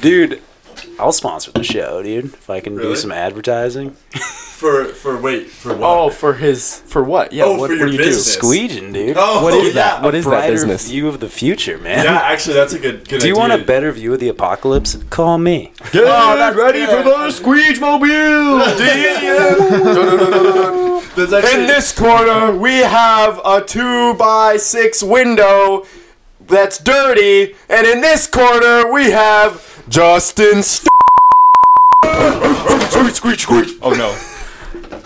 S9: dude, I'll sponsor the show, dude. If I can do
S8: Really?
S9: some advertising.
S8: For for wait for what?
S7: Oh, for his for what? Yeah,
S8: Oh,
S7: what,
S8: for
S7: what
S8: your
S7: do you
S8: business.
S7: do?
S9: Squeeging, dude.
S8: Oh,
S9: what is
S8: yeah.
S9: that?
S8: What is
S9: a
S8: that
S9: brighter
S8: business?
S9: View of the future, man.
S8: Yeah, actually, that's a good good
S9: do you
S8: idea.
S9: want a better view of the apocalypse? Call me.
S8: Get
S9: Oh,
S16: ready for the squeege mobile.
S7: In this corner, we have a two by six window that's dirty, and in this corner, we have Justin. St- squeeze, squeeze, squeeze.
S17: Oh no.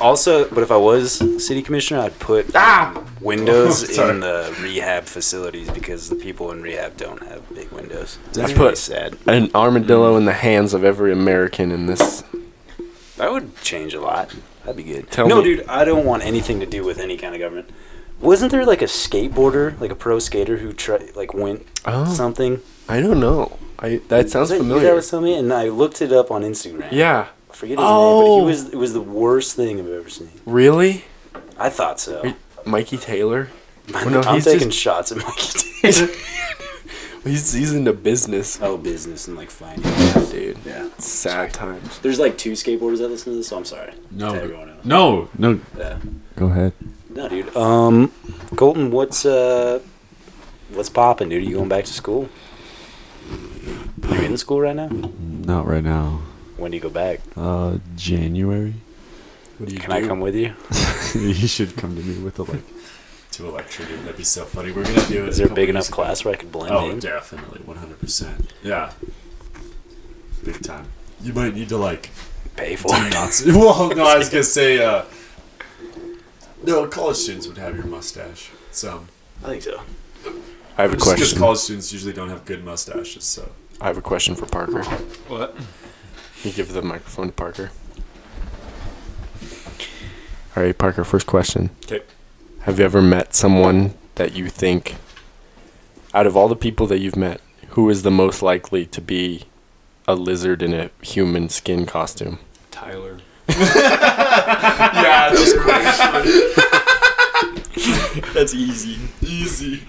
S9: Also, but if I was city commissioner, I'd put um, windows
S17: Sorry.
S9: in the rehab facilities because the people in rehab don't have big windows.
S7: I
S9: That's pretty
S7: put
S9: sad.
S7: an armadillo in the hands of every American in this.
S9: That would change a lot. That'd be good.
S7: Tell
S9: no,
S7: me-
S9: dude, I don't want anything to do with any kind of government. Wasn't there like a skateboarder, like a pro skater who tri- like went
S7: Oh.
S9: something?
S7: I don't know. I that sounds
S9: Was that You
S7: familiar.
S9: that was telling me, and I looked it up on Instagram.
S7: Yeah.
S9: I forget his name,
S7: Oh.
S9: but he was it was the worst thing I've ever seen.
S7: Really?
S9: I thought so.
S7: Mikey Taylor?
S9: I'm taking shots at Mikey Taylor.
S7: he's, he's into business.
S9: Oh, business and like finance.
S7: dude. Yeah. Sad times.
S9: There's like two skateboarders that listen to this, so I'm sorry.
S18: No.
S9: To everyone else.
S18: No, no.
S9: Yeah.
S7: Go ahead.
S9: No, dude. Um, Colton, what's uh, what's popping, dude? Are you going back to school? You in school right now?
S18: Not right now.
S9: When do you go back?
S18: Uh, January.
S9: Can I come with you?
S18: you should come to me with a like
S19: to a lecture, dude. That'd be so funny. We're gonna do it.
S9: Is there a
S19: couple
S9: big enough
S19: years ago.
S9: class where I could blend
S19: Oh,
S9: in?
S19: definitely, one hundred percent. Yeah, big time. You might need to like
S9: pay
S19: for it. well, no, I was gonna say, uh, no, college students would have your mustache. So
S9: I think so.
S7: I have a
S19: Because
S7: question.
S19: college students usually don't have good mustaches. So
S7: I have a question for Parker.
S19: what?
S7: You give the microphone to Parker. All right, Parker, first question.
S19: 'Kay.
S7: Have you ever met someone that you think, out of all the people that you've met, who is the most likely to be a lizard in a human skin costume?
S20: Tyler.
S19: yeah,
S20: that's
S19: That's easy. Easy.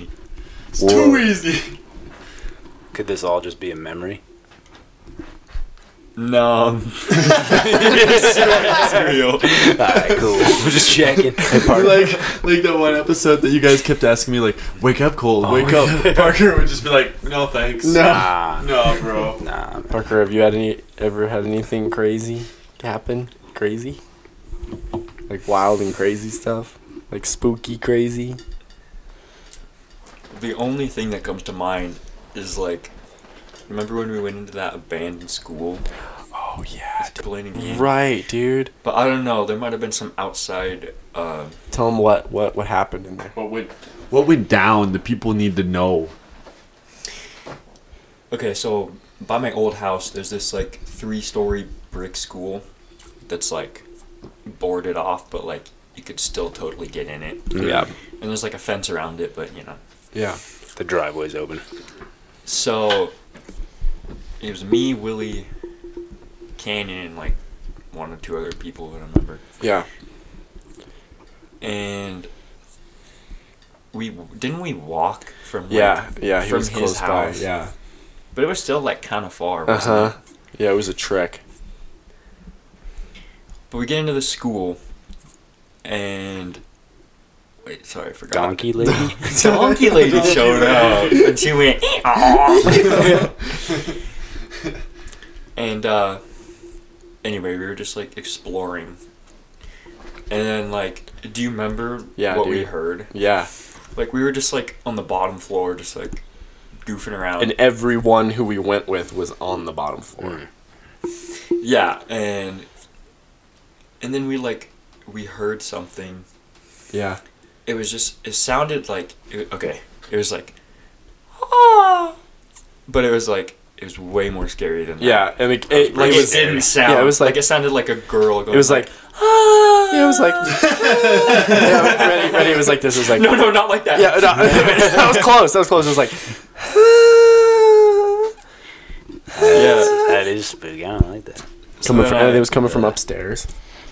S19: It's
S9: Whoa.
S19: too easy.
S9: Could this all just be a memory?
S18: No.
S19: real.
S9: Alright, cool. We're just checking.
S19: like, like that one episode that you guys kept asking me, like, wake up, Cole,
S9: Oh
S19: wake up. Parker would just be like, no thanks.
S7: Nah.
S19: No, bro.
S9: Nah.
S7: Parker, have you had any ever had anything crazy happen? Crazy? Like wild and crazy stuff? Like spooky crazy?
S8: The only thing that comes to mind is like, remember when we went into that abandoned school?
S7: Oh yeah,
S8: explaining the
S7: Right, dude.
S8: But I don't know. There might have been some outside. Uh,
S7: Tell him what what what happened in there.
S8: what went?
S19: What went down? The people need to know.
S8: Okay, so by my old house, there's this like three-story brick school that's like boarded off, but like you could still totally get in it.
S9: Yeah.
S8: And there's like a fence around it, but you know.
S7: Yeah.
S9: The driveway's open.
S8: So it was me, Willie, Canyon, and like one or two other people. I don't remember.
S7: Yeah.
S8: and we didn't we walk from like,
S7: Yeah, yeah, he
S8: from
S7: was
S8: his
S7: close by,
S8: house
S7: yeah.
S8: but it was still like kind of far
S7: Uh
S8: wasn't
S7: huh.
S8: it?
S7: Yeah, it was a trek.
S8: but we get into the school and wait sorry I forgot
S9: Donkey lady?
S8: donkey lady
S9: Donkey
S8: showed up
S9: lady.
S8: and she went "Eh, ah." and uh anyway we were just like exploring and then like do you remember
S7: Yeah,
S8: what we
S7: dude.
S8: heard
S7: Yeah.
S8: like we were just like on the bottom floor just like goofing around
S7: And everyone who we went with was on the bottom
S8: Mm.
S7: floor.
S8: Yeah, and and then we like we heard something.
S7: Yeah.
S8: It was just it sounded like it, okay. It was like "Ah." but it was like it was way more scary than that.
S7: Yeah, and it, it,
S8: Like,
S7: it
S8: it,
S7: was
S8: didn't sound.
S7: Yeah, it was like,
S8: it sounded like a Ah. girl. Going
S7: it was like yeah, it was like yeah, ready, ready. It was like this. It was like
S8: no, no, not like that.
S7: Yeah, no, that was close. That was close. It was like
S8: Ah.
S9: yeah. That is spooky. I don't like that.
S7: coming
S8: then
S7: from.
S8: I-
S7: It was coming from upstairs.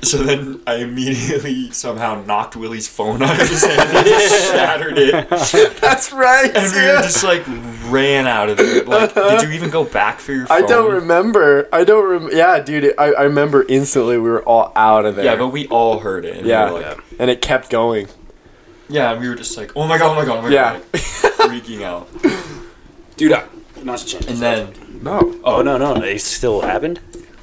S8: So then I immediately somehow knocked Willie's phone out of his hand and just shattered it.
S7: That's right.
S8: And we were just like ran out of there. Like, did you even go back for your phone?
S7: I don't remember. I don't remember. Yeah, dude. I, I remember instantly we were all out of there.
S8: Yeah, but we all heard it. And we
S7: yeah,
S8: were like,
S7: and it kept going.
S8: Yeah, and we were just like, oh my god, oh my god, oh my
S7: Yeah.
S8: god. Like, freaking out.
S9: Dude, I. Not to change.
S8: And then.
S7: No.
S9: Oh, no, no. It still happened?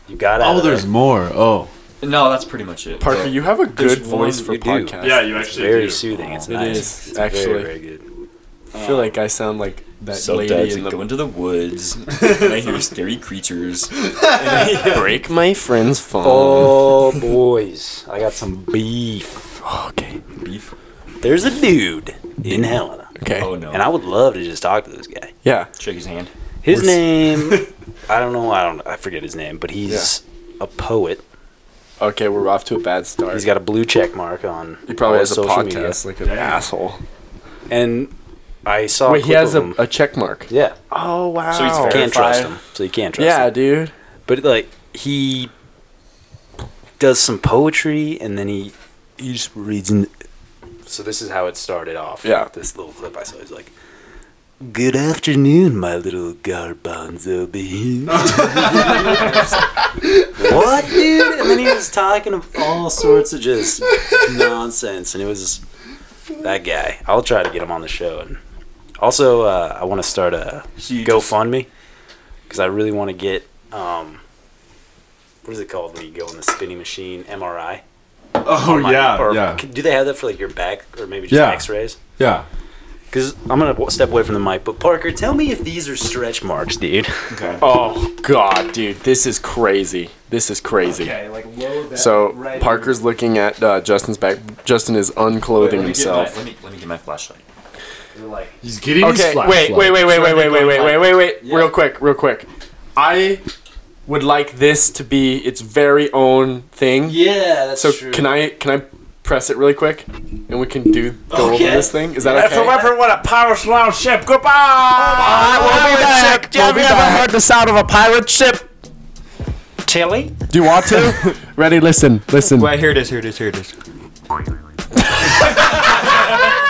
S9: You got out
S19: Oh,
S9: of there.
S19: there's more. Oh.
S8: No, that's pretty much it.
S7: Parker,
S8: So,
S7: you have a
S8: there's
S7: good
S8: one
S7: voice for
S8: you do.
S7: podcasts.
S19: Yeah, you
S9: It's
S19: actually
S9: very
S19: do.
S9: soothing. It's
S7: It
S9: nice.
S7: is,
S9: It's
S7: actually.
S9: Very, very good.
S7: I feel like I sound like that
S8: Sometimes
S7: lady in
S8: I
S7: the
S8: go into the woods and I hear scary creatures.
S7: break my friend's phone.
S9: Oh, boys. I got some beef.
S7: Oh, okay.
S8: Beef.
S9: There's a dude in Helena.
S7: Okay.
S8: Oh no.
S9: And I would love to just talk to this guy.
S7: Yeah.
S8: Shake his hand.
S9: His
S8: We're s-
S9: name, I don't know, I don't, I forget his name, but he's a poet.
S7: Okay, we're off to a bad start.
S9: He's got a blue check mark on.
S7: He probably
S9: all
S7: has a
S9: social
S7: podcast
S9: media.
S7: like an asshole. Oh,
S9: And I saw.
S7: Wait,
S9: a
S7: he
S9: clip
S7: has
S9: of
S7: a,
S9: him.
S7: a check mark.
S9: Yeah.
S7: Oh wow.
S9: So he's can't trust him. So you can't trust
S7: Yeah,
S9: him.
S7: dude.
S9: But like he does some poetry and then he he just reads n- So this is how it started off.
S7: Yeah.
S9: This little clip I saw is like, "Good afternoon, my little garbanzo bean." what, dude? And then he was talking of all sorts of just nonsense, and it was that guy. I'll try to get him on the show, and also uh, I want to start a GoFundMe because I really want to get um, what is it called when you go on the spinning machine MRI?
S11: Oh,
S9: Or my-
S11: yeah,
S9: or
S11: yeah.
S9: Do they have that for like your back or maybe just
S11: Yeah.
S9: X-rays?
S11: Yeah.
S9: Because I'm gonna w- step away from the mic, but Parker, tell me if these are stretch marks, dude. Okay.
S7: Oh god, dude, this is crazy. This is crazy.
S9: Okay,
S7: like
S9: lower that
S7: so
S9: right-
S7: Parker's looking at uh, Justin's back. Justin is
S21: Wait, let
S7: unclothing
S21: me get my-
S7: himself.
S21: Let me, let me get my flashlight.
S7: He's
S21: getting his
S7: okay, Wait,
S21: flashlight.
S7: wait, wait, wait, wait, wait, wait, wait, wait, wait, wait.
S21: Yeah.
S7: Real quick, real quick. I would like this to be its very own thing.
S13: Yeah, that's
S7: so
S13: true.
S7: can I can I press it really quick, and we can do go
S13: Okay.
S7: over this thing? Is that okay?
S13: ever want a power slow ship, goodbye. I will be back.
S7: Have you ever heard
S13: the sound of a pirate ship?
S7: Tilly. Do you want to? Ready? Listen, listen.
S21: Wait, here it is, here it is, here it is.